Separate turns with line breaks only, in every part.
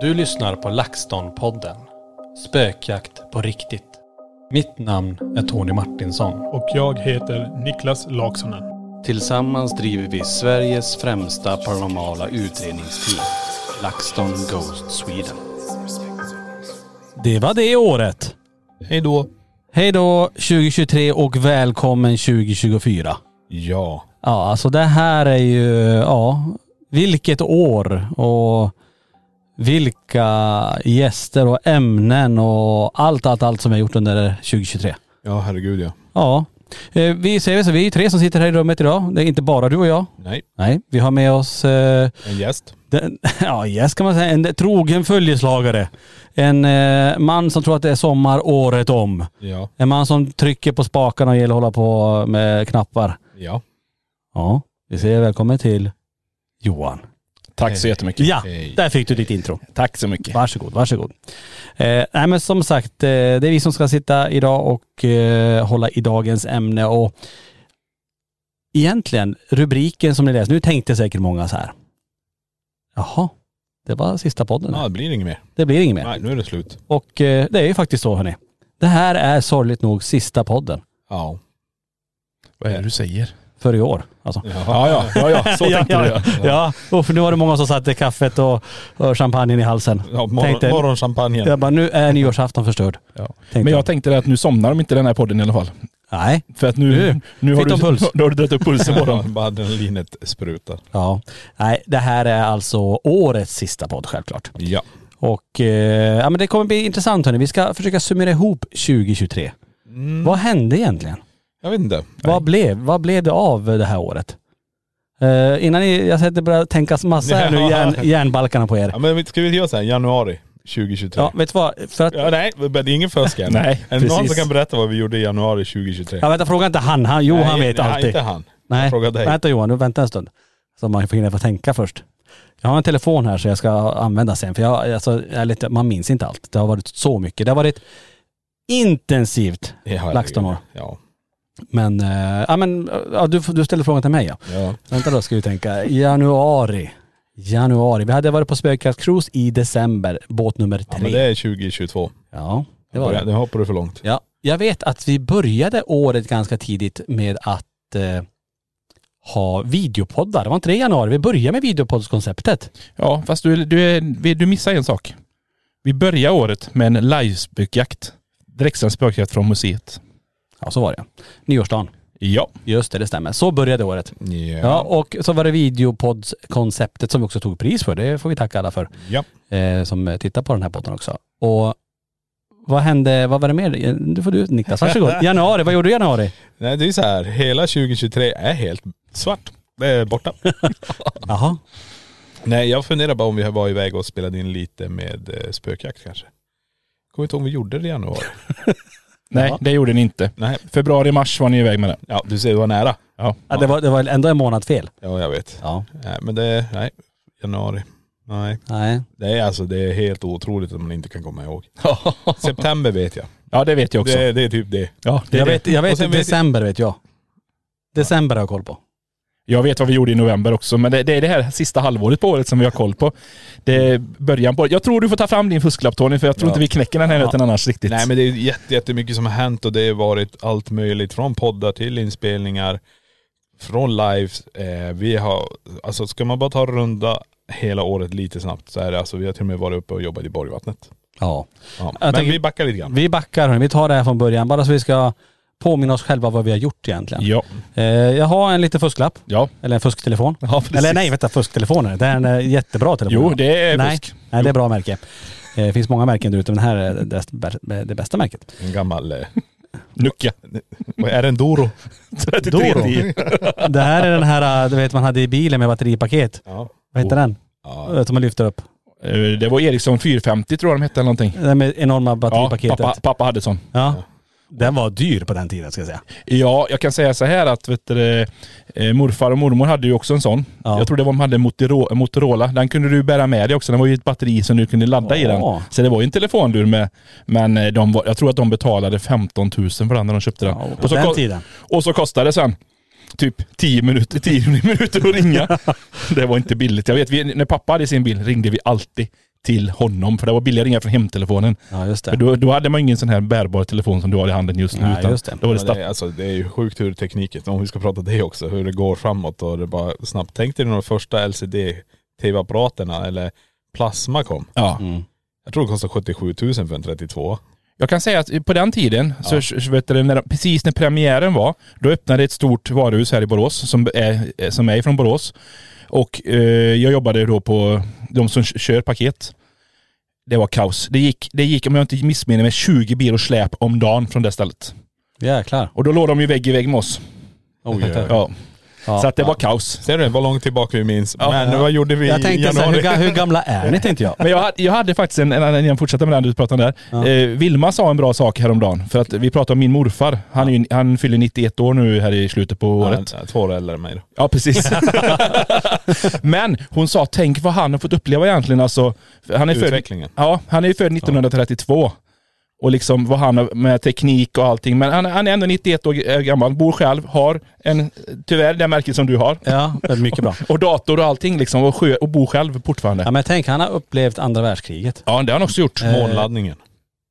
Du lyssnar på LaxTon-podden. Spökjakt på riktigt. Mitt namn är Tony Martinsson.
Och jag heter Niklas Laksonen.
Tillsammans driver vi Sveriges främsta paranormala utredningsteam. LaxTon Ghost Sweden.
Det var det året.
Hej då.
Hej då 2023 och välkommen 2024.
Ja.
Ja, alltså det här är ju, ja, vilket år och vilka gäster och ämnen och allt, allt, allt som vi har gjort under 2023.
Ja, herregud ja.
Ja, Eh, vi säger väl så, vi är tre som sitter här i rummet idag. Det är inte bara du och jag.
Nej.
Nej, vi har med oss eh,
En gäst.
Den, ja, yes kan man säga. En trogen följeslagare. En eh, man som tror att det är sommar året om.
Ja.
En man som trycker på spakarna och gillar att hålla på med knappar.
Ja.
Ja, vi säger välkommen till Johan.
Tack så jättemycket. Eh,
Ja, där fick du ditt intro.
Tack så mycket.
Varsågod, varsågod. Eh, nej men som sagt, eh, det är vi som ska sitta idag och eh, hålla i dagens ämne och egentligen rubriken som ni läser, nu tänkte säkert många så här. Jaha, det var sista podden.
Ja, det blir inget mer.
Det blir inget mer.
Nej, nu är det slut.
Och eh, det är ju faktiskt så hörni. Det här är sorgligt nog sista podden
Ja.
Vad är det du säger?
för i år. Alltså.
Ja, ja, ja, ja så tänkte
ja,
du
ja.
ja.
ja. Och för nu var det många som satte kaffet och, och champagnen i halsen.
ja morgon,
Tänkte-
morgonchampagnen.
Jag bara, nu är nyårsafton förstörd.
Ja.
Tänkte
Men
jag.
jag tänkte att nu somnar de inte i den här podden i alla fall.
Nej.
För att nu,
Nu
nu har,
fick
du,
de puls.
då har du dragit upp pulsen på
Ja,
dem.
bara adrenalinet sprutar.
Ja. Nej, det här är alltså årets sista podd självklart.
Ja.
Och eh, ja, men det kommer bli intressant hörni. Vi ska försöka summera ihop 2023.
Mm.
Vad hände egentligen?
Jag vet inte.
Vad blev, vad blev det av det här året? Eh, innan ni, jag sätter börjar tänka massa här nu,
Ja.
järn, järnbalkarna på er.
Ja, men ska vi göra så här, januari 2023?
Ja, vet du vad? För att,
Ja, nej, det är ingen fusk än.
Nej,
Är det någon
precis.
som kan berätta vad vi gjorde i januari 2023?
ja, vänta, fråga inte han. han jo,
Nej,
han vet
nej,
alltid.
inte han.
Nej,
Jag frågar dig.
vänta Johan, nu vänta en stund. Så man får hinna få tänka först. Jag har en telefon här så jag ska använda sen. För jag, alltså, ärligt, man minns inte allt. Det har varit så mycket. Det har varit intensivt
Ja, herregud.
LaxTon-år.
Ja.
Men, eh, ja men, ja, du, får- du ställde frågan till mig ja.
ja.
Vänta då ska vi tänka. Januari. Januari. Vi hade varit på Spökjakt Cruise i december, båt nummer
Ja, men
tre.
det är 2022.
Ja, det var
Det,
det.
det hoppar du för långt.
Ja, jag vet att vi började året ganska tidigt med att eh, ha videopoddar. Det var inte det i januari? Vi började med videopoddskonceptet.
Ja, fast du, du, är- vi- du missar en sak. Vi börjar året med en livespökjakt. Direktsänd spökjakt från museet.
Ja, så var det. Nyårsdagen.
Ja.
Just det, det stämmer. Så började året.
Ja.
Ja, och så var det videopoddskonceptet som vi också tog pris för. Det får vi tacka alla för
Ja.
eh, som tittar på den här podden också. Och vad hände, vad var det mer? Du får du Niklas, varsågod. Januari, vad gjorde du i januari?
Nej det är så här, hela 2023 är helt svart. Det är borta.
Jaha.
Nej jag funderar bara om vi var iväg och spelade in lite med eh, spökjakt kanske. Kommer inte ihåg om vi gjorde det i januari.
Nej, det gjorde ni inte.
Nej.
Februari, mars var ni iväg med det.
Ja du ser, det var nära.
Ja.
Ja, det, var, det var ändå en månad fel.
Ja jag vet.
Ja.
Nej men det, nej. Januari. Nej.
Nej.
Det är alltså, det är helt otroligt att man inte kan komma ihåg. September vet jag.
ja, det vet jag också.
Det, det är typ det.
ja, det är
jag
det.
vet, jag
Och
vet
sen
december vet jag. December har jag koll på.
Jag vet vad vi gjorde i november också, men det, det är det här sista halvåret på året som vi har koll på. Det är början på Jag tror du får ta fram din fusklapp Tony, för jag tror
Ja.
inte vi knäcker den här nöten annars riktigt.
Nej men det är jätte, jättemycket som har hänt och det har varit allt möjligt. Från poddar till inspelningar, från lives. Eh, vi har, alltså ska man bara ta en runda hela året lite snabbt så är det alltså, vi har till och med varit uppe och jobbat i Borgvattnet.
Ja.
Ja.
Jag
Men
tänker-
vi backar lite grann.
Vi backar hörni. Vi tar det här från början bara så vi ska påminna oss själva vad vi har gjort egentligen.
Ja.
Eh, jag har en liten fusklapp.
Ja.
Eller en fusktelefon.
Ja, precis.
Eller nej, vänta, fusktelefonen. Det är en eh, jättebra telefon.
Jo, det är
nej.
fusk.
Nej, det är bra märke. Eh, Det finns många märken där ute, men det här är det bästa- det bästa märket.
En gammal, eh,
Nucka.
vad är det en Doro?
33
Doro.
till.
Det här är den här, eh, du vet man hade i bilen med batteripaket.
Ja.
Vad heter den?
Ja.
Som man lyfter upp.
Eh, Det var Ericsson 450 tror jag de hette eller någonting.
Det med enorma
Ja,
batteripaketet.
pappa, pappa hade sån.
Ja. Den var dyr på den tiden ska jag säga.
Ja, jag kan säga så här att vet du, eh, morfar och mormor hade ju också en sån.
Ja.
Jag tror det var de hade en Motoro- Motorola. Den kunde du bära med dig också. Den var ju ett batteri som du kunde ladda i
Ja.
den. Så det var ju en telefonlur med. Men eh, de var, jag tror att de betalade 15 000 för den när de köpte den.
Ja, på
och, så
den
ko-
tiden.
och så kostade det sen typ 10 minuter, 10 minuter att ringa. det var inte billigt. Jag vet, vi, när pappa hade sin bil ringde vi alltid till honom. För det var billigare att ringa från hemtelefonen.
Ja just
För
det.
då, då hade man ingen sån här bärbar telefon som du har i handen just nu.
Nej,
utan
just det.
Då var det
Ja,
stapp-
det, är- alltså, det är ju sjukt hur tekniken, om vi ska prata det också, hur det går framåt och det bara snabbt. Tänk dig när de första LCD-tv-apparaterna eller plasma kom.
Ja.
Jag tror det kostar 77 000 för en 32.
Jag kan säga att på den tiden, så, så vet du, när, de- precis när premiären var, då öppnade ett stort varuhus här i Borås som är, eh, som är från Borås. Och eh, jag jobbade då på de som k- kör paket. Det var kaos. Det gick, det gick om jag inte missminner mig, 20 bil och släp om dagen från det stället.
Jäklar.
Och då låg de ju vägg i vägg med oss. Oh,
Oj, oj, oj.
Ja.
Ja.
Så att det var kaos.
Ser du vad långt tillbaka vi minns?
Ja.
Men vad gjorde vi
Jag
i
tänkte så här, hur,
januari?
ga- hur gamla är ni tänkte jag.
Men jag hade, jag hade faktiskt en, en, en jag fortsätter med den du pratade om där.
Ja.
Eh, Vilma sa en bra sak häromdagen. För att vi pratade om min morfar. Han, är ju, han fyller 91 år nu här i slutet på året.
Ja, två år äldre än mig då.
Ja, precis. Men hon sa, tänk vad han har fått uppleva egentligen. Alltså, han är
Utvecklingen.
Född, ja, han är ju född 1932. Och liksom vad han har med teknik och allting. Men han, han är ändå 91 år g- eh, gammal, bor själv, har en, tyvärr det märket som du har.
Ja, mycket bra.
Och dator och allting liksom. Och, sjö, och bor själv fortfarande.
Ja men tänk, han har upplevt andra världskriget.
Ja, det har han också gjort.
Månladdningen.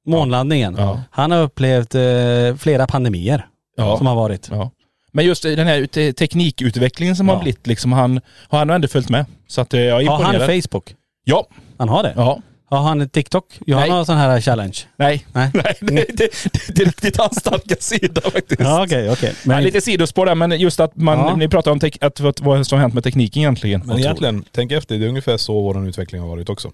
Månlandningen.
Ja.
Han har upplevt eh, flera pandemier
Ja.
som har varit.
Ja. Men just den här te- teknikutvecklingen som
Ja.
har blivit, liksom, han har han ändå följt med. Så att eh, jag är
Har
imponerad.
han Facebook?
Ja.
Han har det?
ja.
Har han TikTok? Jag har
Nej.
någon sån här challenge.
Nej.
Nej.
Nej, det, det, det är riktigt hans starka sida faktiskt.
Ja okej, okej.
Ja, lite sidospår där, men just att man,
Ja.
ni pratar om tek, att, vad, vad som har hänt med tekniken egentligen.
Men egentligen, tänk efter, det är ungefär så vår utveckling har varit också.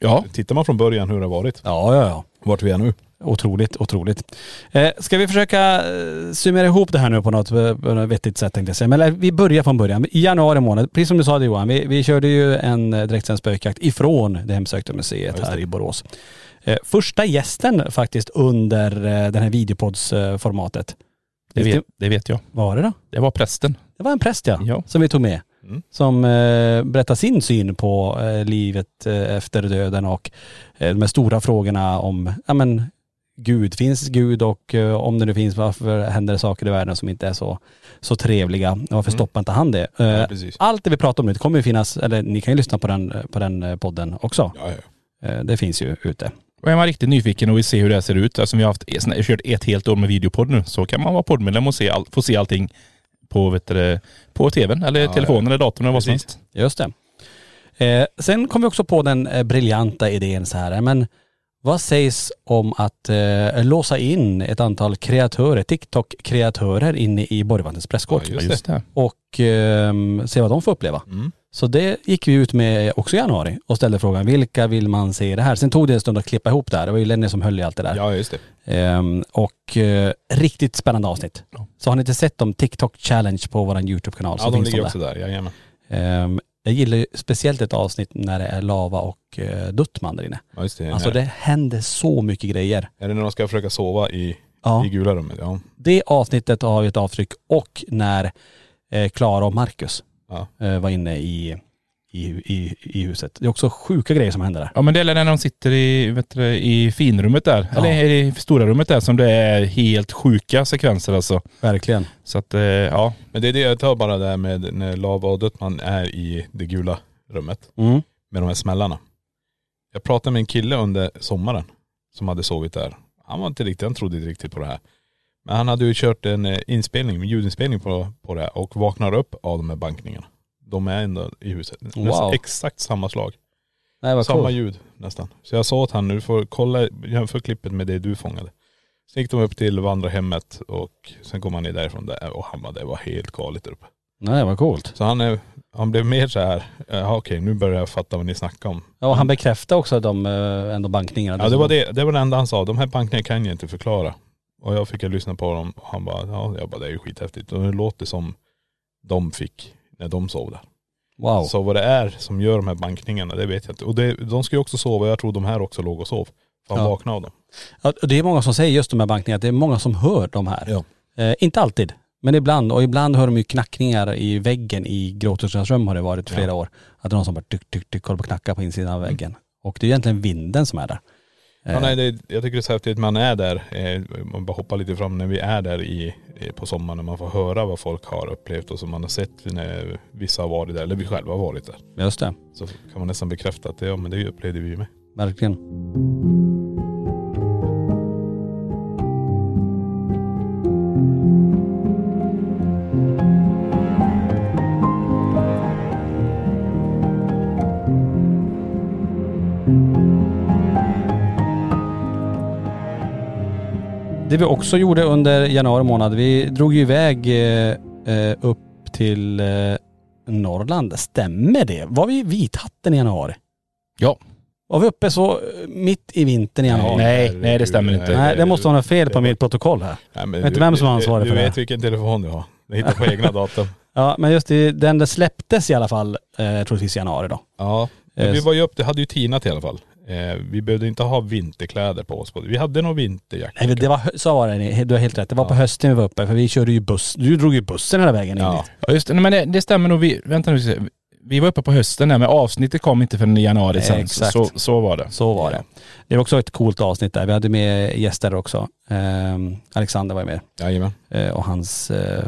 Ja.
Tittar man från början hur det har varit,
Ja, ja, ja.
vart vi är nu.
Otroligt, otroligt. Eh, ska vi försöka eh, summera ihop det här nu på något, eh, på något vettigt sätt tänkte jag säga. Men eh, vi börjar från början. I januari månad, precis som du sa det Johan, vi, vi körde ju en eh, direktsänd spökjakt ifrån det hemsökta museet här i Borås. Eh, första gästen faktiskt under eh, den här videopoddsformatet. Eh, formatet.
Det vet, det vet jag.
Vad var det då?
Det var prästen.
Det var en präst ja,
Ja.
som vi tog med.
Mm.
Som eh, berättar sin syn på eh, livet eh, efter döden och eh, de här stora frågorna om, ja men Gud, finns Gud och eh, om det nu finns, varför händer det saker i världen som inte är så, så trevliga? Och Varför stoppar inte han det? Eh,
Mm. Ja, precis.
allt det vi pratar om nu, det kommer ju finnas, eller ni kan ju lyssna på den, eh, på den eh, podden också.
Ja, ja.
Eh, det finns ju ute.
Och är man riktigt nyfiken och vill se hur det här ser ut, eftersom vi har haft, sån- kört ett helt år med videopodd nu, så kan man vara poddmedlem och se all, få se allting på, vet du, det, på tvn eller telefonen eller datorn eller vad som
Precis.
helst.
Just det. Eh, sen kom vi också på den eh, briljanta idén så här, eh, men vad sägs om att eh, låsa in ett antal kreatörer, TikTok-kreatörer inne i Borgvattnets pressgård
Ja, just
Ja, det.
och ehm, se vad de får uppleva.
Mm.
Så det gick vi ut med också i januari och ställde frågan, vilka vill man se i det här? Sen tog det en stund att klippa ihop det här, det var ju Lenny som höll i allt det där.
ja, just det.
Ehm, och eh, riktigt spännande avsnitt. Så har ni inte sett dem, TikTok Challenge på vår YouTube-kanal
Ja,
så
de
finns
ligger
de där.
också där. Jajamän.
Ehm, jag gillar ju speciellt ett avsnitt när det är Lava och eh, Duttman där inne.
Ja, just det.
Alltså det händer så mycket grejer.
Är det när de ska försöka sova i,
Ja.
i gula rummet? Ja.
Det avsnittet har ju ett avtryck och när eh, Klara och Marcus
Ja.
eh, var inne i i, i, i huset. Det är också sjuka grejer som händer där.
Ja men det är när de sitter i, vet du, det, i finrummet där,
Ja.
eller i stora rummet där som det är helt sjuka sekvenser alltså.
Verkligen.
Så att eh, ja,
Men det är det jag tar bara det här med när Lava och Duttman är i det gula rummet
Mm.
med de här smällarna. Jag pratade med en kille under sommaren som hade sovit där. Han var inte riktigt, han trodde inte riktigt på det här. Men han hade ju kört en eh, inspelning, en ljudinspelning på, på det här och vaknar upp av de här bankningarna. De är ändå i huset. Nästan
Wow.
exakt samma slag.
Nej vad
Samma
coolt.
ljud nästan. Så jag sa åt han nu får kolla, jämför klippet med det du fångade. Sen gick de upp till vandrarhemmet och sen kom han ner därifrån där och han bara, det var helt galet där uppe.
Nej vad coolt.
Så han, är, han blev mer så här, ja okej nu börjar jag fatta vad ni snackar om.
Ja och han bekräftade också de eh, ändå bankningarna.
Ja det var det, det var det enda han sa, de här bankningarna kan jag inte förklara. Och jag fick lyssna på dem och han bara, ja jag bara, det är ju skithäftigt. Och det låter som de fick när de sov där.
Wow.
Så vad det är som gör de här bankningarna, det vet jag inte. Och det, de ska ju också sova, jag tror de här också låg och sov. För han
Ja.
vaknade av dem.
Ja, och det är många som säger just de här bankningarna, det är många som hör de här.
Ja.
Eh, inte alltid, men ibland. Och ibland hör de ju knackningar i väggen i Gråterskans rum har det varit flera år. Att det är någon som bara tyck, tyck, tyck, håller på och knackar på insidan av väggen. Och det är egentligen vinden som är där.
Ja, nej, det, jag tycker det är så häftigt, man är där, eh, man bara hoppar lite fram när vi är där i, eh, på sommaren, man får höra vad folk har upplevt och som man har sett när vissa har varit där, eller vi själva har varit där.
Just det,
Så kan man nästan bekräfta att det, ja men det upplevde vi ju med.
verkligen. Det vi också gjorde under januari månad, vi drog ju iväg eh, eh, upp till eh, Norrland. Stämmer det? Var vi i Vithatten i januari?
Ja.
Var vi uppe så eh, mitt i vintern i januari? Nej,
nej, nej, det stämmer inte.
det måste vara något fel på mitt protokoll här.
Nej, men
Vet du vem som är ansvarig
du,
för
Du
det?
vet vilken telefon du har. Du hittar på egna datum.
Ja, men just det, den där släpptes i alla fall eh, troligtvis i januari då.
Ja, men vi
Eh,
var ju upp, det hade ju tinat i alla fall. Eh, vi behövde inte ha vinterkläder på oss. Vi hade nog vinterjacka.
Nej, det var, hö- så var det, ni- du har helt rätt. Det var på
Ja.
hösten vi var uppe för vi körde ju buss. Du drog ju bussen hela vägen in
Ja.
dit.
Ja, just det. Nej, men det, det stämmer nog. Vi, vänta nu. ska vi se. Vi var uppe på hösten där men avsnittet kom inte förrän i januari sen.
Exakt.
Så, så var det.
Så var det. Det var också ett coolt avsnitt där. Vi hade med gäster också. Ehm, Alexander var ju med.
Jajamän.
eh, och hans eh,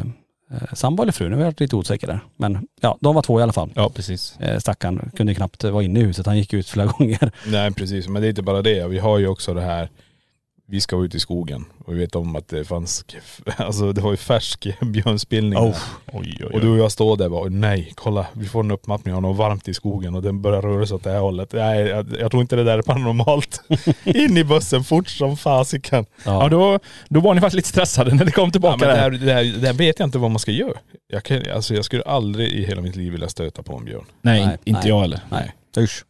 eh, sambo eller fru, nu är jag lite osäker där. Men ja, de var två i alla fall.
Ja precis.
Eh, stackaren kunde ju knappt vara inne i huset, han gick ut flera gånger.
Nej precis, men det är inte bara det. Vi har ju också det här, vi ska vara ute i skogen och vi vet om att det fanns, alltså det var ju färsk björnspillning.
Oh,
där.
Oj, oj, oj.
Oh. Och du och jag står där och bara, nej kolla vi får en uppmappning av något varmt i skogen och den börjar röra sig åt det här hållet. Nej jag, jag tror inte det där är paranormalt. In i bussen fort som fasiken.
Ja, då, då var ni faktiskt lite stressade när det kom
Ja,
tillbaka
men det, här,
där.
det, här, det här vet jag inte vad man ska göra. Jag, kan, alltså, jag skulle aldrig i hela mitt liv vilja stöta på en björn.
Nej,
Nej,
inte
nej.
jag eller.
Nej, usch.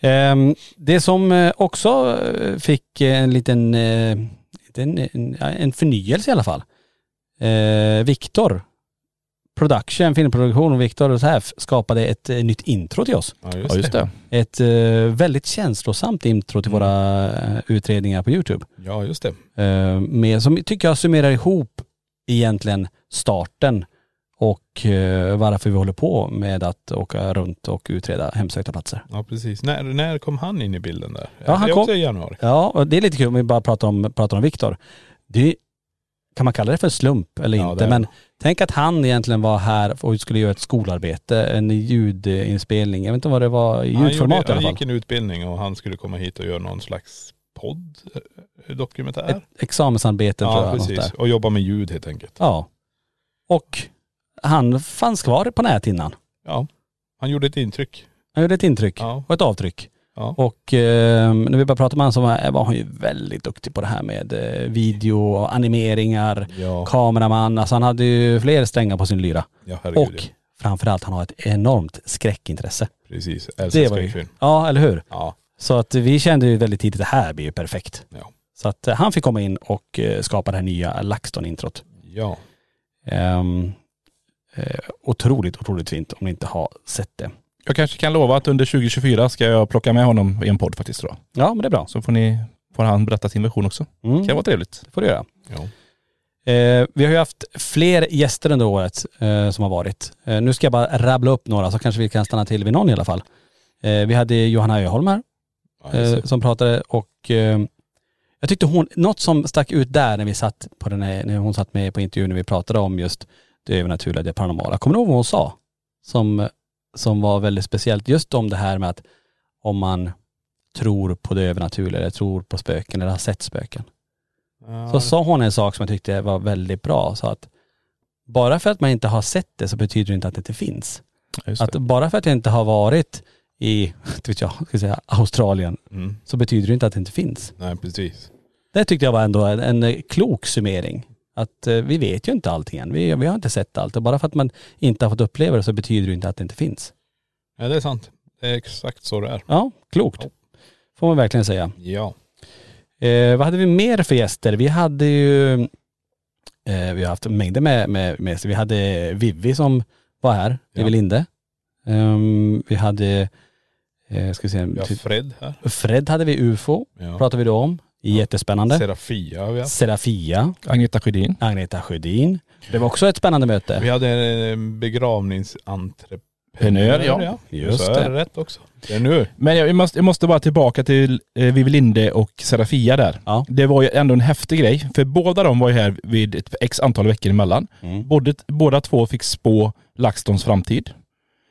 Ehm, det som eh, också eh, fick eh, en liten, eh, en, en, ja, en förnyelse i alla fall. Eh, Viktor Production, filmproduktion och Viktor och så här f- skapade ett eh, nytt intro till oss.
Ja
Ja just det.
Ett eh, väldigt känslosamt intro till våra eh, utredningar på Youtube.
Ja just det.
eh, med, som tycker jag summerar ihop egentligen starten och eh, varför vi håller på med att åka runt och utreda hemsökta platser.
Ja precis. När, när kom han in i bilden där?
Ja, han
det är
kom-
också i januari.
Ja, och det är lite kul om vi bara pratar om, pratar om Viktor. Det är- Kan man kalla det för slump eller
Ja, det
inte?
är
Men
det.
tänk att han egentligen var här och skulle göra ett skolarbete, en ljudinspelning. Jag vet inte vad det var i
Han
ljudformat
gjorde-
i alla
Han
fall.
gick en utbildning och han skulle komma hit och göra någon slags podd, eh, dokumentär.
Ett examensarbete tror
ja
jag. något
precis.
där.
Och jobba med ljud helt enkelt.
Ja. Och han fanns kvar på näthinnan.
Ja. Han gjorde ett intryck.
Han gjorde ett intryck
Ja.
och ett avtryck.
Ja.
Och eh, när vi började prata med honom så var, var han ju väldigt duktig på det här med eh, video, och animeringar,
Ja,
kameraman. Alltså han hade ju fler strängar på sin lyra.
ja herregud.
och
ja.
framförallt han har ett enormt skräckintresse.
Precis. Älskar
var ju,
skräckfilm.
ja eller hur?
Ja.
Så att vi kände ju väldigt tidigt, det här blir ju perfekt.
Ja.
Så att eh, han fick komma in och eh, skapa det här nya LaxTon-introt.
Ja.
Ehm, eh, otroligt, otroligt fint om ni inte har sett det.
Jag kanske kan lova att under 2024 ska jag plocka med honom i en podd faktiskt då.
Ja men det är bra.
Så får, ni, får han berätta sin version också.
Mm.
Det kan vara trevligt.
får du göra.
Ja.
Eh, vi har ju haft fler gäster under året eh, som har varit. Eh, nu ska jag bara rabbla upp några så kanske vi kan stanna till vid någon i alla fall. Eh, vi hade Johanna Öholm här
Ja,
eh, som pratade och eh, jag tyckte hon, något som stack ut där när vi satt på den här, när hon satt med på intervjun när vi pratade om just det övernaturliga, det paranormala. Kommer du ihåg vad hon sa? Som, som var väldigt speciellt just om det här med att om man tror på det övernaturliga eller tror på spöken eller har sett spöken. Så sa hon en sak som jag tyckte var väldigt bra. Så att bara för att man inte har sett det så betyder det inte att det inte finns.
Just
Att bara för att jag inte har varit i, inte vet jag, ska jag säga, Australien
Mm.
så betyder det inte att det inte finns.
Nej precis.
Det tyckte jag var ändå en, en eh, klok summering. Att eh, vi vet ju inte allting än. Vi, vi har inte sett allt. Och bara för att man inte har fått uppleva det så betyder det inte att det inte finns.
Ja det är sant. Det är exakt så det är.
Ja, klokt. Får man verkligen säga.
Ja.
Eh, vad hade vi mer för gäster? Vi hade ju, eh, vi har haft mängder med, med, med Vi hade Vivi som var här,
Ja.
Vivi Linde. Ehm, vi hade, eh, ska vi se,
Vi har
typ-
Fred här.
Fred hade vi, UFO
Ja.
pratade vi då om. Jättespännande.
Serafia har vi haft.
Serafia,
Agneta Sjödin.
Agneta Sjödin. Det var också ett spännande
Vi
möte.
hade en begravningsentreprenör.
Penör, ja.
Just
så är det rätt också. Det är nu.
Men jag måste, jag måste bara tillbaka till eh, Vivi Linde och Serafia där.
Ja.
Det var ju ändå en häftig grej, för båda de var ju här vid ett x antal veckor emellan.
Mm.
Både, båda två fick spå LaxTons framtid.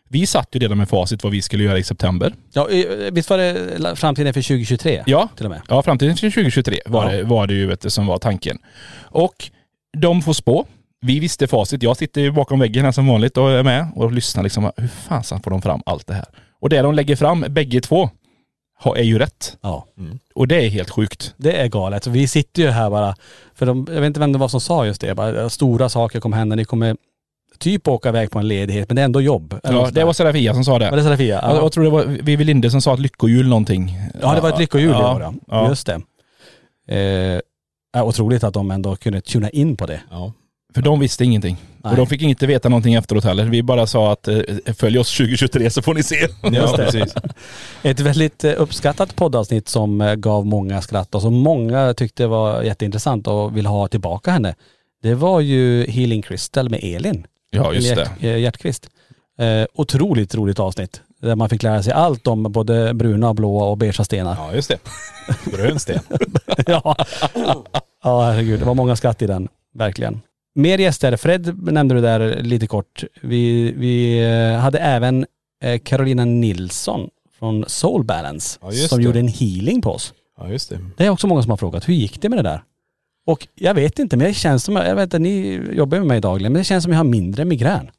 Vi satt ju redan med facit vad vi skulle göra i september.
Ja, eh, visst var det la- framtiden för 2023?
Ja,
Till och med.
ja framtiden till 2023 var,
Ja.
det, var det ju vet du, som var tanken. Och de får spå. Vi visste facit. Jag sitter ju bakom väggen här som vanligt och är med och lyssnar liksom. Hur fasen får de fram allt det här? Och det de lägger fram, bägge två, har- är ju rätt.
Ja.
Och det är helt sjukt.
Mm. Det är galet. Vi sitter ju här bara, för de, jag vet inte vem det var som sa just det, bara, stora saker kommer hända, ni kommer typ åka iväg på en ledighet, men det är ändå jobb. Eller något
Ja,
sånt
det
där.
var Serafia som sa det.
var det Serafia?
Jag,
Ja.
jag tror det var Vivi Linde som sa att lyckohjul någonting.
ja, det var ett lyckohjul det var det.
ja.
Just det. Eh, ja, otroligt att de ändå kunde tuna in på det.
Ja.
För de visste ingenting.
Nej.
Och de fick inte veta någonting efteråt heller. Vi bara sa att eh, följ oss 2023 så får ni se.
Ja precis.
Ett väldigt eh, uppskattat poddavsnitt som eh, gav många skratt och som många tyckte var jätteintressant och vill ha tillbaka henne. Det var ju Healing Crystal med Elin.
Ja, just
Hjärt,
det.
eh, Hjärtqvist. Eh, otroligt roligt avsnitt. Där man fick lära sig allt om både bruna, blåa och beigea stenar.
Ja just det. Brönsten.
Ja. ja, herregud. Det var många skratt i den. Verkligen. Mer gäster. Fred nämnde du där lite kort. Vi, vi eh, hade även eh, Carolina Nilsson från Soul Balance
Ja, just
som
det.
gjorde en healing på oss.
Ja just det.
Det är också många som har frågat, hur gick det med det där? Och jag vet inte, men det känns som, jag vet inte, ni jobbar med mig dagligen, men det känns som jag har mindre migrän.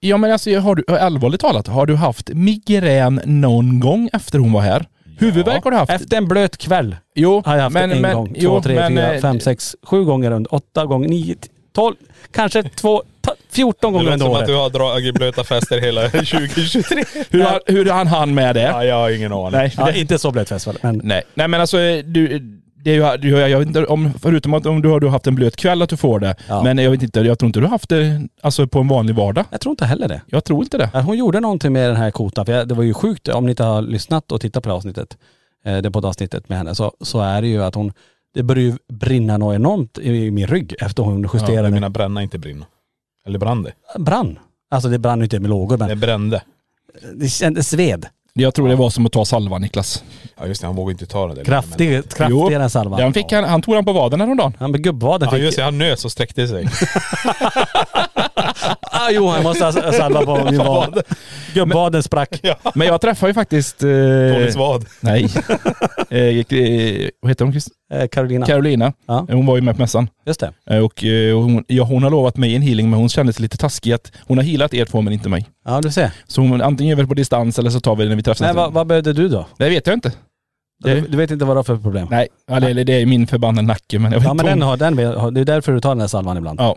Ja men alltså har du, allvarligt talat, har du haft migrän någon gång efter hon var här? Huvudvärk har du haft?
Efter en blöt kväll
jo,
har jag haft det en gång, två, tre, fyra,
eh,
fem, sex, sju gånger under, åtta gånger, nio, t- tolv, kanske två, ta- fjorton
Det
gånger under
låter som att
året.
du har dragit blöta fester hela 2023.
Hur, han- hur han hann med det?
Ja, jag har ingen aning.
Nej,
Ja, inte så blöt fest väl, men
Nej, nej men alltså eh, du, det är ju, du, jag jag vet inte om, förutom att om du har du har haft en blöt kväll att du får det.
Ja.
Men jag vet inte, jag tror inte du har haft det alltså, på en vanlig vardag.
jag tror inte heller det.
Jag tror inte det.
Ja, Hon gjorde någonting med den här kotan, för jag, det var ju sjukt, om ni inte har lyssnat och tittat på det här avsnittet, eh, det poddavsnittet med henne, så, så är det ju att hon, det började ju brinna något enormt i min rygg efter hon
Ja,
justerade
jag
min
menar bränna, inte brinna. Eller brann det?
brann. Alltså det brann ju inte med lågor
Det
men
brände.
det kändes sved.
Jag tror det var som att ta salva Niklas.
Ja just det, han vågade inte ta den där.
Kraftig,
Jo,
kraftigare än salvan.
Den fick han, han tog den på vaden häromdagen.
Han med gubbvaden
Ja
fick...
just det, han nös och sträckte sig.
ah, jo, han måste ha salva på min vad. Gubbvaden sprack.
Men jag träffade ju faktiskt... Eh,
Tony Svad.
Nej. eh, eh, vad heter hon? Chris?
Eh, Carolina.
Carolina.
Ja.
Hon var ju med på mässan.
Just det.
Eh, Och eh, hon, ja, hon har lovat mig en healing men hon kändes lite taskig att hon har healat er två men inte mig.
Ja, du ser.
Så hon, antingen gör vi det på distans eller så tar vi det när vi träffas.
Men
nästa
vad,
gång.
vad behövde du då?
Det vet jag inte. Det-
Du, du vet inte vad du har för problem?
Nej, eller, eller det är min förbannade nacke men jag vet
Ja men
inte om-
den har, den, vill- har- det är därför du tar den här salvan ibland.
Ja.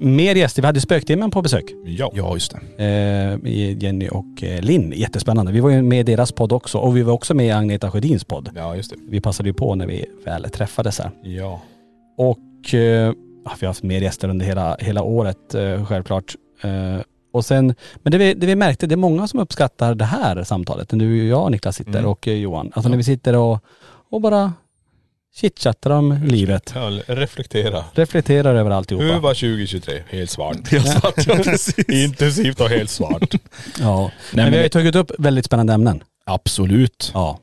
Mer gäster. Vi hade spöktimmen på besök.
Ja.
Ja, just det.
Eh, Jenny och eh, Linn. Jättespännande. Vi var ju med i deras podd också och vi var också med i Agneta Sjödins podd.
Ja, just det.
Vi passade ju på när vi väl träffades här.
Ja.
Och eh, ja, vi har haft mer gäster under hela, hela året eh, självklart. Eh, och sen, men det vi, det vi märkte, det är många som uppskattar det här samtalet. När du, jag och Niklas sitter
Mm.
och eh, Johan. Alltså när vi sitter och, och bara chitchattar om livet.
Höll, reflektera.
Reflekterar över alltihopa.
Hur var 2023? Helt svart.
Helt svart, ja, precis.
Intensivt och helt svart.
Ja. men,
men
vi har ju
det-
tagit upp väldigt spännande ämnen.
Absolut.
Ja.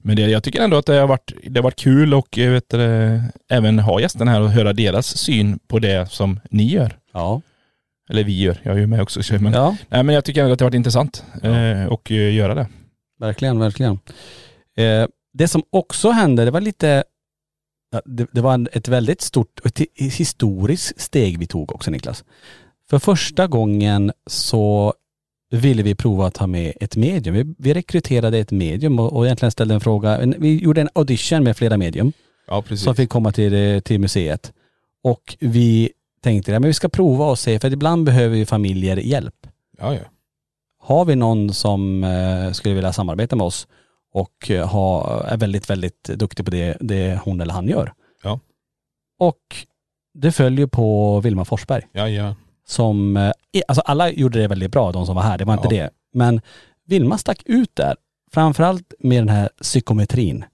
Men det, jag tycker ändå att det har varit, det har varit kul och eh, vet, du, även ha gästerna här och höra deras syn på det som ni gör.
Ja.
Eller vi gör, jag är ju med också. så- Men,
ja.
nej, men jag tycker ändå att det har varit intressant eh, och eh, göra det.
Verkligen, verkligen. Eh, det som också hände, det var lite, ja, det, det var en- ett väldigt stort, ett hi- historiskt steg vi tog också Niklas. För första gången så ville vi prova att ta med ett medium. Vi, vi rekryterade ett medium och, och egentligen ställde en fråga, en, vi gjorde en audition med flera medium
Ja, precis.
som fick komma till, eh, till museet. Och vi tänkte, ja, men vi ska prova och se, för att ibland behöver ju familjer hjälp.
Ja, ja.
Har vi någon som eh, skulle vilja samarbeta med oss och eh, ha, är väldigt, väldigt duktig på det, det hon eller han gör?
Ja.
Och det följer på Vilma Forsberg
Ja, ja.
som, eh, i- alltså alla gjorde det väldigt bra, de som var här, det var inte
Ja.
det. Men Vilma stack ut där, framförallt med den här psykometrin.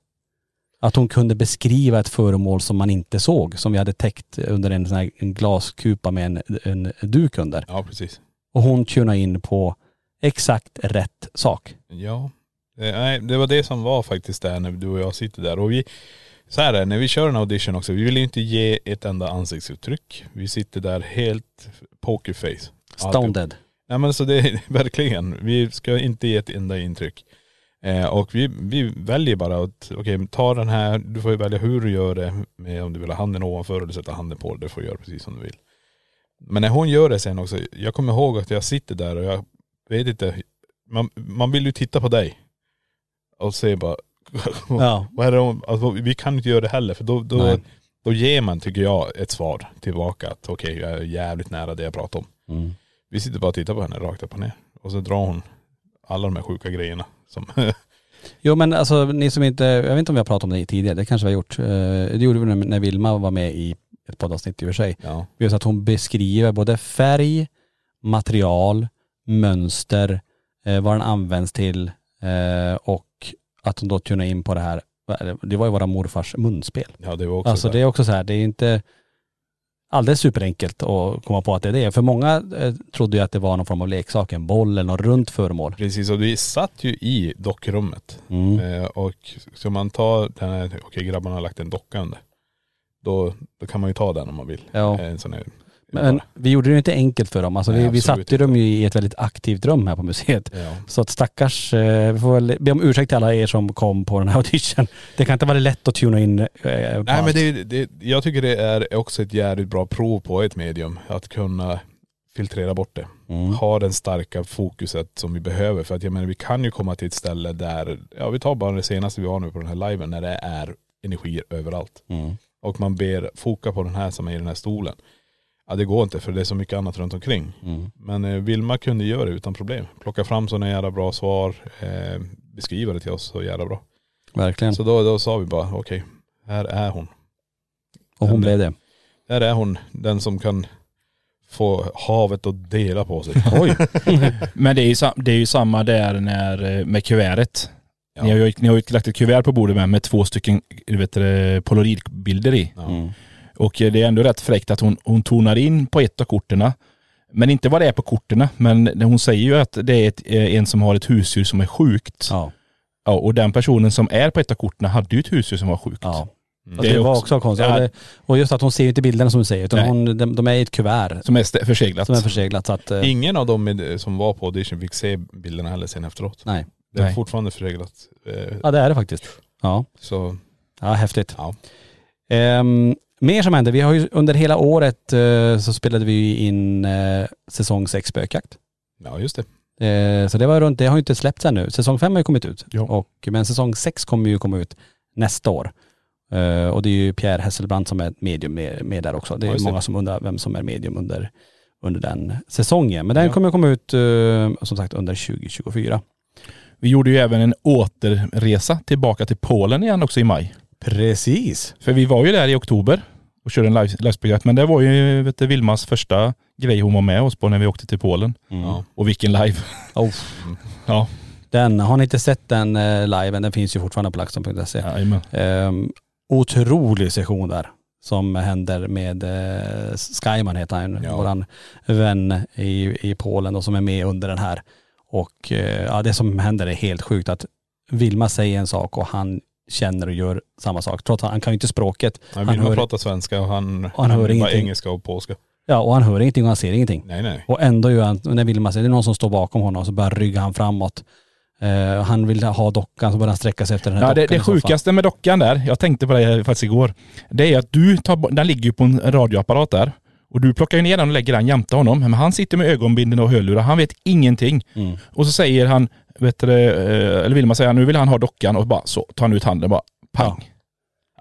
Att hon kunde beskriva ett föremål som man inte såg, som vi hade täckt under en sån här en glaskupa med en, en duk under.
Ja, precis.
Och hon tunade in på exakt rätt sak.
Ja. Eh, Nej, det var det som var faktiskt där när du och jag sitter där. Och vi, så här är det, när vi kör en audition också, vi vill ju inte ge ett enda ansiktsuttryck. Vi sitter där helt pokerface.
Stone dead.
Nej men så det är verkligen, vi ska inte ge ett enda intryck. Eh, och vi, vi väljer bara att, okej ta den här, du får ju välja hur du gör det, med, om du vill ha handen ovanför eller sätta handen på, det får du göra precis som du vill. Men när hon gör det sen också, jag kommer ihåg att jag sitter där och jag vet inte, man, man vill ju titta på dig och se bara,
Ja.
vad är det, om- alltså, vi kan inte göra det heller för då, då,
Nej.
då ger man tycker jag ett svar tillbaka att okej jag är jävligt nära det jag pratar om.
Mm.
Vi sitter bara och tittar på henne rakt upp och ner. Och så drar hon alla de här sjuka grejerna. Som
Jo men alltså ni som inte, jag vet inte om vi har pratat om det tidigare, det kanske vi har gjort. Eh, Det gjorde vi när, när Vilma var med i ett poddavsnitt i och för sig.
ja.
Just att hon beskriver både färg, material, mönster, eh, vad den används till eh, och att hon då tunar in på det här, eller det var ju våra morfars munspel.
ja, det var också
Alltså
där.
det är också så här, det är inte alldeles superenkelt att komma på att det är det. För många eh, trodde ju att det var någon form av leksak, en boll eller något runt föremål.
Precis, och vi satt ju i dockrummet.
Mm.
Eh, och ska man ta den här, okej grabbarna har lagt en docka under. Då, då kan man ju ta den om man vill.
Ja.
Eh, En sån här.
Men vi gjorde det ju inte enkelt för dem. Alltså
Nej,
vi, vi
absolut
satte dem ju i ett väldigt aktivt rum här på museet.
Ja.
Så att stackars, eh, vi får väl be om ursäkt till alla er som kom på den här audition. Det kan inte vara lätt att tuna in. eh, på
Nej
allt.
men det, det, jag tycker det är också ett jävligt bra prov på ett medium. Att kunna filtrera bort det.
Mm.
ha den starka fokuset som vi behöver. För att jag menar vi kan ju komma till ett ställe där, ja vi tar bara det senaste vi har nu på den här liven, när det är energier överallt.
Mm.
Och man ber foka på den här som är i den här stolen. Ja det går inte för det är så mycket annat runt omkring.
Mm.
Men eh, Vilma kunde göra det utan problem. Plocka fram sådana jävla bra svar, eh, beskriva det till oss så jävla bra.
Verkligen.
Så då, då sa vi bara okej, här är hon.
Och hon blev det.
Där är hon, den som kan få havet att dela på sig.
Oj. Men det är, ju, sam- det är ju samma där när, eh, med kuvertet.
Ja.
Ni, har ju, ni har ju lagt ett kuvert på bordet med, med två stycken du vet, eh, polaroidbilder i.
Ja.
Och eh, det är ändå rätt fräckt att hon, hon tonar in på ett av korten. Men inte vad det är på korten. Men hon säger ju att det är ett, eh, en som har ett husdjur som är sjukt. Ja.
Ja.
och den personen som är på ett av korten hade ju ett husdjur som var sjukt.
ja.
Det
Mm.
Det,
är
det var
också-
också konstigt.
Ja.
Och, det, och just att hon ser ju inte bilderna som du säger, utan
Nej.
hon, de, de är i ett kuvert
Som är stä- förseglat.
som är förseglat. Så att, eh,
Ingen av dem med- som var på audition fick se bilderna heller sen efteråt.
nej.
Det är
Nej.
fortfarande förseglat. Eh,
Ja det är det faktiskt. Ja,
Så
ja häftigt.
ja.
Ehm, mer som hände, vi har ju under hela året eh, så spelade vi ju in eh, säsong 6 spökjakt.
ja, just det.
Eh, så det var runt, det har ju inte släppts ännu. Säsong 5 har ju kommit ut.
Ja.
Och, men säsong 6 kommer ju komma ut nästa år. Eh, och det är ju Pierre Hesselbrand som är medium med, med där också. Det är
Ja, just det.
många som undrar vem som är medium under, under den säsongen. Men den
Ja.
kommer komma ut eh, som sagt under 2024.
Vi gjorde ju även en återresa tillbaka till Polen igen också i maj.
Precis.
För vi var ju där i oktober och körde en live- livespektakel. Men det var ju vet du, Vilmas första grej hon var med oss på när vi åkte till Polen.
Ja.
Och vilken live.
Oh.
Ja.
Den, har ni inte sett den eh, liven, den finns ju fortfarande på laxton.se.
Jajamän.
Ehm, otrolig session där som händer med eh, Skyman heter han,
Ja.
våran vän i, i Polen och som är med under den här. Och eh, ja, det som händer är helt sjukt att Vilma säger en sak och han känner och gör samma sak. Trots att han kan ju inte språket.
Han vill
hör,
prata svenska och han,
han hör
bara
ingenting.
engelska och polska.
ja, och han hör ingenting och han ser ingenting.
Nej nej.
Och ändå gör han, när Vilma säger det är någon som står bakom honom så börjar rygga han framåt. Eh, han vill ha dockan så börjar han sträcka sig efter den här
Ja, det,
dockan
det
i soffan.
sjukaste med dockan där, jag tänkte på det här faktiskt igår, det är att du tar bo- den ligger ju på en radioapparat där. Och du plockar ju ner den och lägger den jämte honom. Men han sitter med ögonbindeln och hörlurar, han vet ingenting. Och så säger han, vet du, det, eh, eller vill man säga nu vill han ha dockan och bara så tar han ut handen och bara pang.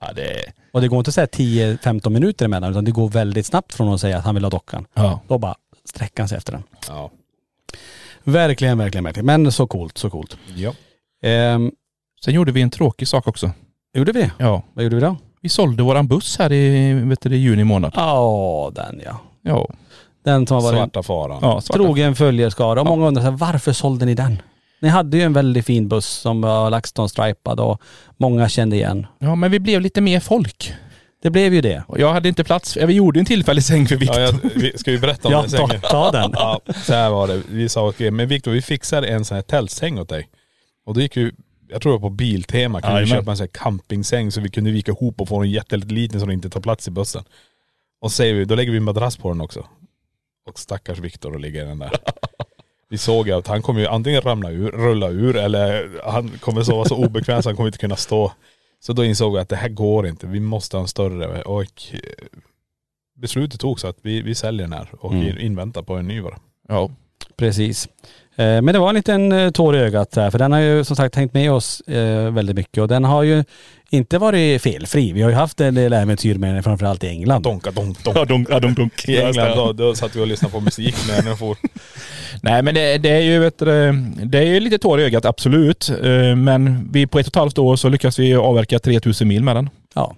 Ja, det,
Och det går inte att säga 10-15 minuter emellan utan det går väldigt snabbt från att säga att han vill ha dockan.
ja.
Då bara sträcker han sig efter den.
Ja.
Verkligen, verkligen, verkligen. Men så coolt, så coolt.
Ja.
Ehm,
Sen gjorde vi en tråkig sak också.
gjorde vi det?
Ja.
Vad gjorde vi då?
Vi sålde våran buss här i, vet du, det, juni månad.
Ja, den ja.
Ja.
Den som har varit
Svarta faran.
ja svarta.
trogen följerskara. Och många undrar så här, varför sålde ni den? Ni hade ju en väldigt fin buss som var LaxTon-stripad och många kände igen.
Ja men vi blev lite mer folk.
Det blev ju det.
Och Jag hade inte plats, för- vi gjorde en tillfällig säng för Viktor.
Ja, jag, vi- ska vi berätta om
Ja,
den sängen?
ta- ta den.
Ja, så här var det. Vi sa åt Grim, men Viktor vi fixar en sån här tältsäng åt dig. Och då gick vi, jag tror det var på Biltema, kunde vi
Jajamän.
köpa en sån här campingsäng så vi kunde vika ihop och få den jätteliten så den inte tar plats i bussen. Och så säger vi, då lägger vi en madrass på den också. Och stackars Viktor och ligger i den där. Vi såg ju att han kommer ju antingen ramla ur, rulla ur eller han kommer sova så obekvämt så han kommer inte kunna stå. Så då insåg jag att det här går inte, vi måste ha en större. Och eh, beslutet togs att vi, vi säljer den här och
Mm.
inväntar på en ny bara.
Ja.
Precis. Eh, Men det var en liten eh, tår i ögat där, för den har ju som sagt hängt med oss eh, väldigt mycket och den har ju inte varit felfri. Vi har ju haft en del äventyr med den, framförallt i England.
Donka donk donk.
Ja, dunk, ja, dunk, dunk.
I England då, då satt vi och lyssnade på musik när den for.
Nej men det, det är ju vet du, det är ju lite tår i ögat absolut. Eh, Men vi på ett och ett halvt år så lyckas vi avverka 3000 mil med den.
Ja.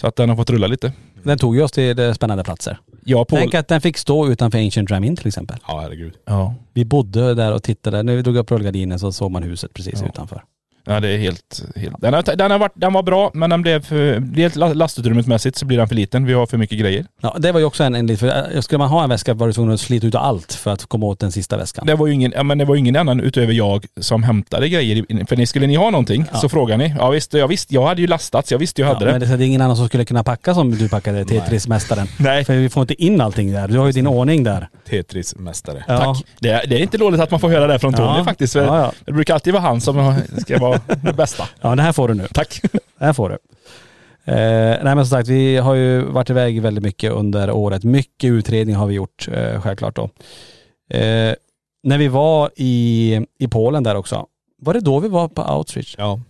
Så att den har fått rulla lite.
Den tog ju oss till eh, spännande platser.
Ja, på,
Tänk att den fick stå utanför Ancient Dram Inn till exempel.
Ja herregud.
ja.
Vi bodde där och tittade. När vi drog upp rullgardinen så såg man huset precis
Ja.
utanför.
ja, det är helt... helt. Den, har, den, har varit, den var bra men den blev för... Dels la- lastutrymmetmässigt så blir den för liten. Vi har för mycket grejer.
Ja, det var ju också en, en liten- för eh, skulle man ha en väska var du tvungen att slita ut allt för att komma åt den sista väskan.
Det var ju ingen, ja, men det var ju ingen annan utöver jag som hämtade grejer. i- För ni skulle ni ha någonting
Ja.
så frågade ni. Ja visst, jag visste, jag hade ju lastat så jag visste jag
Ja,
hade
men
det.
det är ingen annan som skulle kunna packa som du packade, Tetris-mästaren.
Nej.
För vi får inte in allting där. Du har ju din ordning där.
Tetris-mästare.
Ja.
Tack. Det, är- det är inte dåligt att man får höra det här från Tony
Ja.
faktiskt. För
Ja, ja.
Det brukar alltid vara han som har- ska vara den bästa.
Ja, det här får du nu.
Tack.
Det här får du. Eh, nej men som sagt, vi har ju varit iväg väldigt mycket under året. Mycket utredning har vi gjort, eh, självklart då. Eh, när vi var i, i Polen där också, var det då vi var på Outreach?
Ja.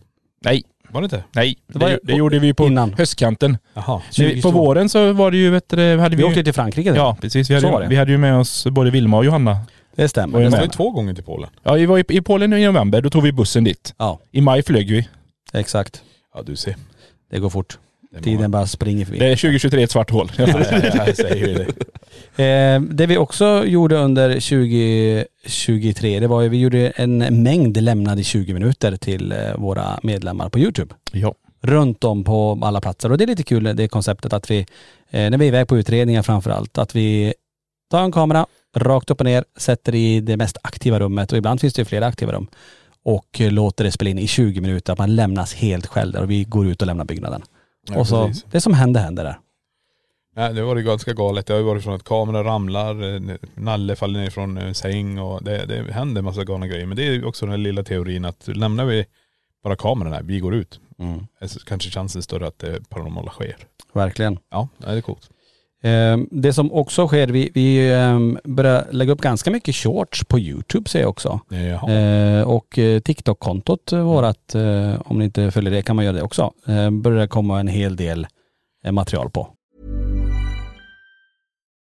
Nej,
Var det inte?
nej.
Det
Det,
var ju-
det gjorde vi på
innan.
höstkanten.
Jaha.
Men vi- På våren så var det ju, vet du, det, hade vi,
Vi
ju-
åkte till Frankrike där.
Ja, precis. Vi
Så var
hade,
det.
ju- vi hade ju med oss både Vilma och Johanna.
Det
Var
stämmer.
ju
Det
med.
Vi var ju
stämmer.
två gånger till Polen.
Ja, vi var i, i Polen i november. Då tog vi bussen dit.
Ja,
I maj flög vi.
exakt.
Ja du ser.
Det går fort.
Det är
Tiden
många.
bara springer förbi.
Det är 2023 ett svart hål.
Ja, jag säger ju det.
Eh, det vi också gjorde under 2023, det var ju vi gjorde en mängd lämnade i 20 minuter till eh, våra medlemmar på Youtube.
ja.
runt om på alla platser. Och det är lite kul det konceptet att vi, eh, när vi är iväg på utredningar framför allt, att vi tar en kamera, rakt upp och ner, sätter i det mest aktiva rummet och ibland finns det ju flera aktiva rum. Och eh, låter det spela in i 20 minuter, att man lämnas helt själv där och vi går ut och lämnar byggnaden.
Ja,
och så,
precis.
det som händer händer där.
Nej, det var det ganska galet. Det har ju varit från att kameran ramlar, eh, Nalle faller ner från en säng och det, det händer en massa galna grejer. Men det är ju också den här lilla teorin att lämnar vi bara kameran här, vi går ut, Eh, så kanske chansen är större att det paranormala sker.
Verkligen.
Ja, det är coolt.
Ehm, Det som också sker, vi, vi ehm, börjar lägga upp ganska mycket shorts på YouTube ser jag också.
Jaha.
Eh, och eh, TikTok-kontot eh, vårat, eh, om ni inte följer det kan man göra det också, eh, börjar komma en hel del eh, material på.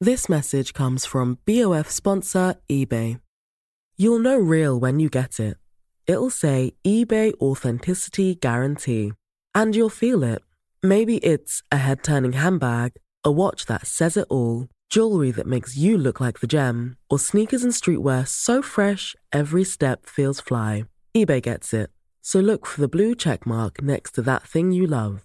This message comes from BOF sponsor eBay. You'll know real when you get it. It'll say eBay Authenticity Guarantee. And you'll feel it. Maybe it's a head turning handbag, a watch that says it all, jewelry that makes you look like the gem, or sneakers and streetwear so fresh every step feels fly. eBay gets it. So look for the blue check mark next to that thing you love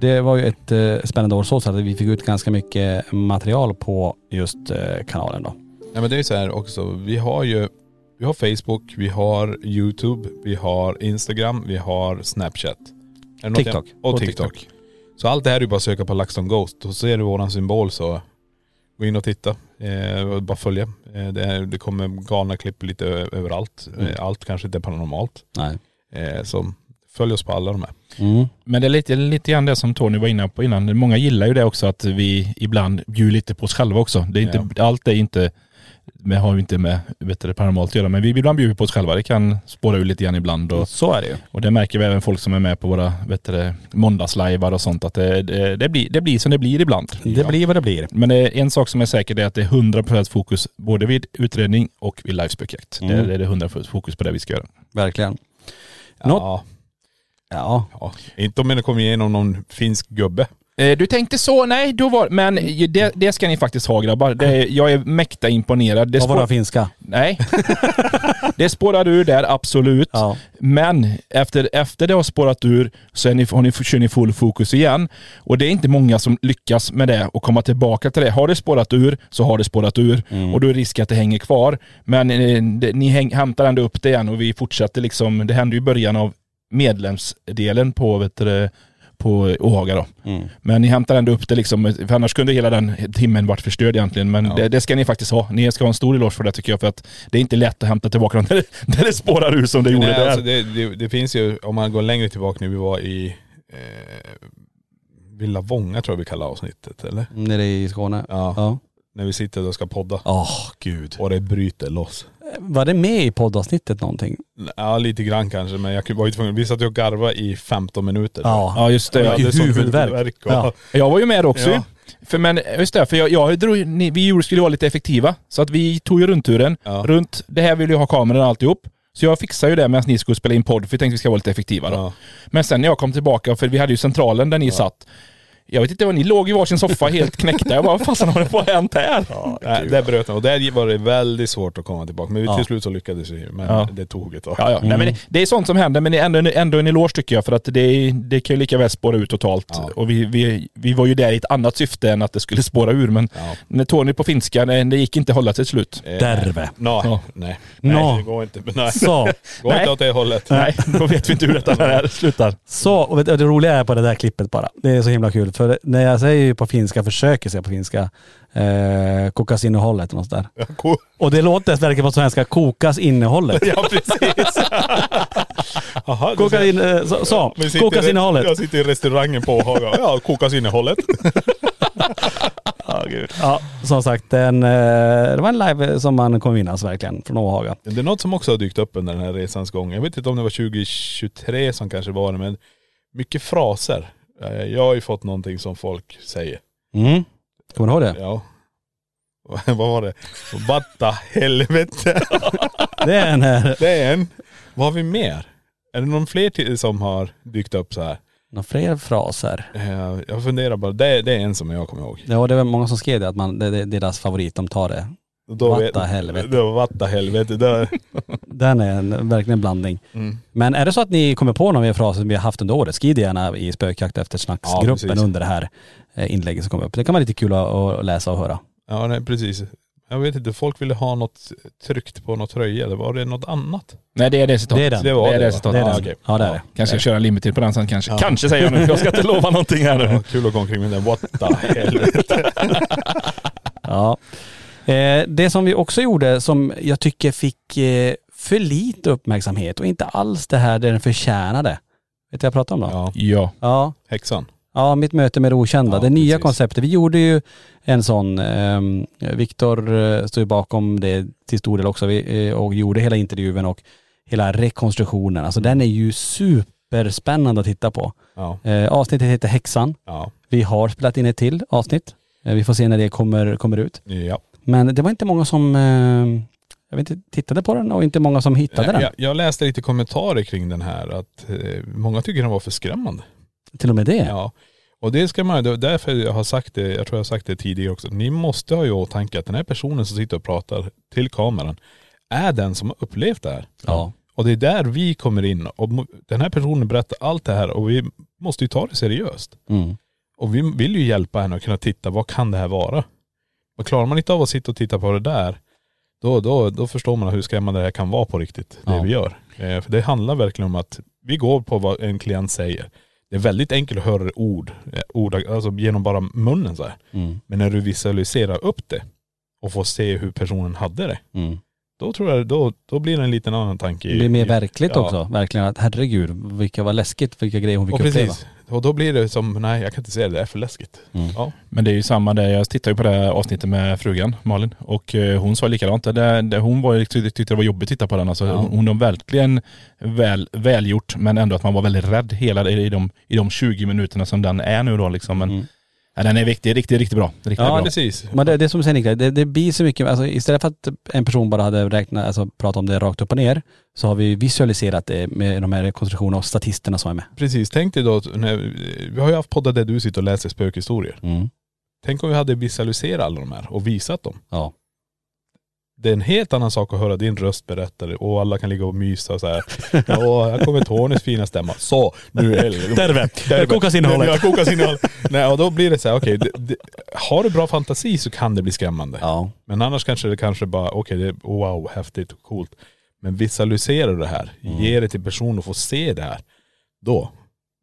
Det var ju ett eh, spännande år så sätt att vi fick ut ganska mycket material på just eh, kanalen då.
Nej men det är ju så här också, vi har ju, vi har Facebook, vi har YouTube, vi har Instagram, vi har Snapchat. Är det något
TikTok.
jag- Och,
Och
TikTok.
TikTok.
Så allt det här är ju bara att söka på LaxTon Ghost och ser du våran symbol så gå in och titta. Eh, och bara följa. Eh, det, är- det kommer galna klipp lite ö- överallt.
Mm.
Eh, allt kanske inte är paranormalt.
Nej.
Eh, så följ oss på alla de här.
Mm.
Men det är lite, lite grann det som Tony var inne på innan. Många gillar ju det också att vi ibland bjuder lite på oss själva också. Det är inte, Allt är inte, det har ju inte med vet du, det paranormalt att göra, men vi ibland bjuder på oss själva. Det kan spåra ur lite grann ibland. Och,
Så är det ju.
och det märker vi även folk som är med på våra vet du, det, måndagslajvar Eh, och sånt, att det, det, det, blir, det blir som det blir ibland.
Det blir vad det blir.
Men det är en sak som är säker det är att det är 100% fokus både vid utredning och vid livespökjakt.
Mm.
Det, det är det 100% fokus på det vi ska göra.
Verkligen. Något,
Ja,
ja.
ja. Inte om det kommer igenom någon finsk gubbe.
Eh, Du tänkte så, nej, då var, men ju- det, det ska ni faktiskt ha grabbar. Det, är- jag är mäkta imponerad. Det
Av våra
spår,
finska.
nej. det spårade ur där, absolut.
Ja.
Men efter, efter det har spårat ur så är ni, har ni, kör ni full fokus igen. Och det är inte många som lyckas med det och komma tillbaka till det. Har det spårat ur så har det spårat ur och då är risk att det hänger kvar. Men eh, det, ni häng, hämtar ändå upp det igen och vi fortsätter liksom. Det hände ju i början av medlemsdelen på, vet du, det, på Åhaga då.
Mm.
Men ni hämtar ändå upp det liksom, för annars kunde hela den timmen varit förstörd egentligen. Men det, det ska ni faktiskt ha. Ni ska ha en stor eloge för det tycker jag, för att det är inte lätt att hämta tillbaka dem när det, när det spårar ur som det gjorde
Nej,
där.
alltså det, det, det finns ju, om man går längre tillbaka nu, vi var i eh, Villa Vånga tror jag vi kallar avsnittet, eller?
Nere i Skåne.
Ja.
Ja.
När vi sitter och ska podda.
Åh gud.
Och det bryter loss.
Var det med i poddavsnittet någonting?
Ja lite grann kanske, men jag var ju tvungen, vi satt ju och garvade i 15 minuter.
Ja just det.
Och jag hade
i
sån
huvudvärk.
och,
Ja.
Jag var ju med också
Ja.
ju. För men just det, för jag, jag drog, ju- ni, vi gjorde- skulle vara lite effektiva. Så att vi tog ju rundturen.
Ja.
Runt, det här vill ju ha kameran och alltihop. Så jag fixade ju det medan ni skulle spela in podd, för vi tänkte vi ska vara lite effektiva då. Men sen när jag kom tillbaka, för vi hade ju centralen där ni satt. Jag vet inte vad ni låg i varsin soffa helt knäckta. Jag bara, vad fasen har det på hänt här?
Nej, där bröt den. Och där var det väldigt svårt att komma tillbaka. Men vi- till slut så lyckades vi. Men
Ja.
det tog ett tag.
Ja, ja. Nej, men
Mm.
det, det är sånt som händer, men det är ändå, en- ändå en eloge tycker jag. För att det, är- det kan ju lika väl spåra ut totalt. Och vi, vi, vi var ju där i ett annat syfte än att det skulle spåra ur. Men när Tony på finska, nej, det gick inte att hålla till slut.
Eh,
Derve.
Nå,
Ja.
nej.
Nå.
Nej, det går inte. Nej.
Så.
Går
Nej.
inte åt det hållet.
Nej, då vet vi inte hur detta här slutar.
Så, och vet du, det roliga är på det där klippet bara. Det är så himla kul. För när jag säger ju på finska, försöker säga på finska, eh, kokas innehållet och något sådär.
ko-
Och det låter, verkar på svenska, kokas innehållet.
Ja, precis.
Aha, det
Kokas
ser-
in, eh, så, så.
Vi sitter i-
kokas innehållet.
Jag sitter i restaurangen på Haga. Ja, kokas innehållet.
Ja, som sagt, en, eh, det var en live som man kommer minnas alltså, verkligen från Åhaga.
Det är något som också har dykt upp under den här resans gång. Jag vet inte om det var 2023 som kanske var det, men mycket fraser. Eh, Jag har ju fått någonting som folk säger.
Mm. Kommer du ihåg det?
Ja. Vad var det? Vatta helvete.
Det är en eh, här,
Det är en. Vad har vi mer? Är det någon fler till som har dykt upp så här?
några fler fraser.
Eh, Jag funderar bara. Det är, det är en som jag kommer ihåg.
Ja, det var många som skrev det, att man, det, det är deras favorit, de tar det.
Då vet-
Vatta helvete.
Då, vatta helvete. Det,
Den är en, verkligen en blandning.
Mm.
Men är det så att ni kommer på någon mer fras som vi har haft under året, skriv det gärna i spökjakt efter
Ja,
snacksgruppen
precis.
under det här eh, inlägget som kommer upp. Det kan vara lite kul att, att läsa och höra.
ja, nej, precis. Jag vet inte, folk ville ha något tryckt på något tröja eller var det något annat?
Nej, det är det citatet.
Det är den.
Det var det,
det,
va?
citatet.
Det är
Ja,
den.
okej.
Ja, det är det.
Kanske jag kör en limited på den sen kanske.
Ja.
Kanske säger jag nu. Jag ska inte lova någonting här nu.
Ja, kul att gå omkring med den. What the hell?
Ja. Eh, det som vi också gjorde som jag tycker fick eh, för lite uppmärksamhet och inte alls det här det den förtjänade. Vet du vad jag pratar om då?
Ja,
Ja.
Ja,
häxan.
ja mitt möte med det okända.
Ja,
det nya
precis.
konceptet. Vi gjorde ju en sån, ehm, Viktor eh, står ju bakom det till stor del också vi, eh, och gjorde hela intervjun och hela rekonstruktionen. Alltså
Mm.
den är ju superspännande att titta på.
Ja.
Eh, avsnittet heter Häxan.
Ja.
Vi har spelat in ett till avsnitt. Eh, vi får se när det kommer, kommer ut.
ja.
Men det var inte många som eh, jag vet inte, tittade på den och inte många som hittade den.
Jag, jag läste lite kommentarer kring den här att eh, många tycker den var för skrämmande.
Till och med det.
Ja. Och det ska man det är därför jag har sagt det, jag tror jag har sagt det tidigare också. Ni måste ha i åtanke att den här personen som sitter och pratar till kameran är den som har upplevt det här.
Ja.
Och det är där vi kommer in och mo- den här personen berättar allt det här och vi måste ju ta det seriöst.
Mm.
Och vi vill ju hjälpa henne att kunna titta, vad kan det här vara? Och klarar man inte av att sitta och titta på det där, då, då, då förstår man hur skrämmande det här kan vara på riktigt, det
Ja.
vi gör. Eh, för det handlar verkligen om att vi går på vad en klient säger. Det är väldigt enkelt att höra ord, eh, ord alltså genom bara munnen så här.
Mm.
Men när du visualiserar upp det och får se hur personen hade det,
Mm.
då tror jag, då, då blir det en liten annan tanke.
Det blir mer verkligt
Ja.
också. Verkligen att herregud, vilka var läskigt, vilka grejer hon fick
Och
uppleva. Mm.
precis. Och då blir det som, nej jag kan inte se det, det är för läskigt. Ja.
Men det är ju samma där, jag tittade ju på det här avsnittet med frugan Malin och eh, hon sa likadant. Det, det, hon var, ju- tyckte tyckte det var jobbigt att titta på den. Alltså, Hon, hon har verkligen väl, välgjort men ändå att man var väldigt rädd hela i de, i de 20 minuterna som den är nu då liksom. Men ja, den är viktig, riktigt, riktigt bra. Riktigt
Mm. Ja,
bra.
Precis.
Men det, det är som du säger Niklas, det, det blir så mycket, alltså istället för att en person bara hade räknat, alltså pratat om det rakt upp och ner, så har vi visualiserat det med de här rekonstruktionerna och statisterna som är med.
Precis, tänk dig då, att när, vi har ju haft poddar där du sitter och läser spökhistorier.
Mm.
Tänk om vi hade visualiserat alla de här och visat dem.
Ja.
Det är en helt annan sak att höra din röst berätta det och alla kan ligga och mysa så här. Ja, här kommer Tonys fina stämma. Så, nu helvete.
Derve.
Derve.
Kokas innehållet.
Ja, kokas innehållet. Nej, och då blir det så här, okej, det- det- har du bra fantasi så kan det bli skrämmande.
Ja.
Men annars kanske det kanske bara, okej, det är wow, häftigt och coolt. Men visualisera det här,
Mm.
ge det till personen och få se det här. Då,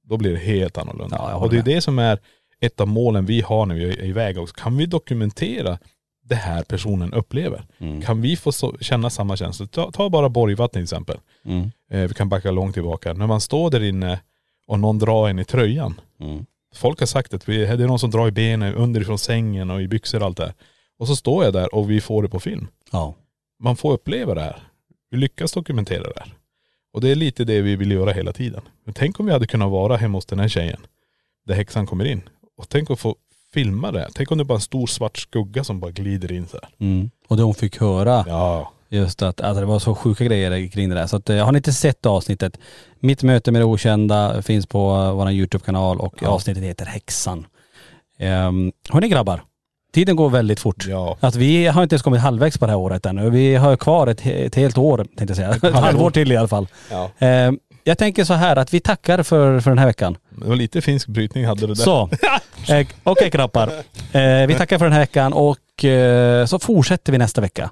då blir det helt annorlunda.
Ja, jag håller
och det är
med.
det som är ett av målen vi har när vi är iväg också. Kan vi dokumentera det här personen upplever?
Mm.
Kan vi få så, känna samma känsla? Ta, ta bara Borgvatten till exempel.
Mm.
Eh, vi kan backa långt tillbaka. När man står där inne och någon drar en i tröjan.
Mm.
Folk har sagt att vi, det är någon som drar i benen underifrån sängen och i byxor och allt det här. Och så står jag där och vi får det på film.
Ja.
Man får uppleva det här. Vi lyckas dokumentera det här. Och det är lite det vi vill göra hela tiden. Men tänk om vi hade kunnat vara hemma hos den här tjejen, där häxan kommer in. Och tänk att få filma det här. Tänk om det är bara en stor svart skugga som bara glider in så här.
Mm. Och det hon fick höra
Ja.
Just att, att det var så sjuka grejer kring det där. Så att, eh, har ni inte sett det avsnittet, Mitt möte med det okända finns på eh, vår YouTube-kanal och avsnittet heter Häxan. Um, hörni grabbar, tiden går väldigt fort. Att vi har inte ens kommit halvvägs på det här året ännu. Vi har kvar ett, he- ett helt år tänkte jag säga. Ett,
halvår.
halvår till i alla fall.
Ja.
Ehm, jag tänker så här att vi tackar för, för den här veckan.
Det var lite finsk brytning hade du där.
Så, eh, okej knappar. Eh, vi tackar för den här veckan och eh, så fortsätter vi nästa vecka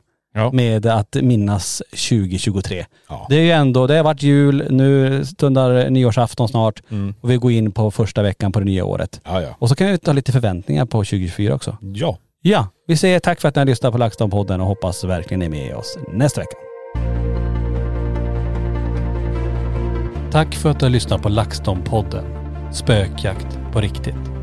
med att minnas 2023. Det är ju ändå, det har varit jul, nu stundar nyårsafton snart och vi går in på första veckan på det nya året. Och så kan vi ta lite förväntningar på 2024 också.
Ja.
Ja, vi säger tack för att ni har lyssnat på LaxTon-podden och hoppas verkligen ni är med oss nästa vecka.
Tack för att du har lyssnat på LaxTon-podden. Spökjakt på riktigt.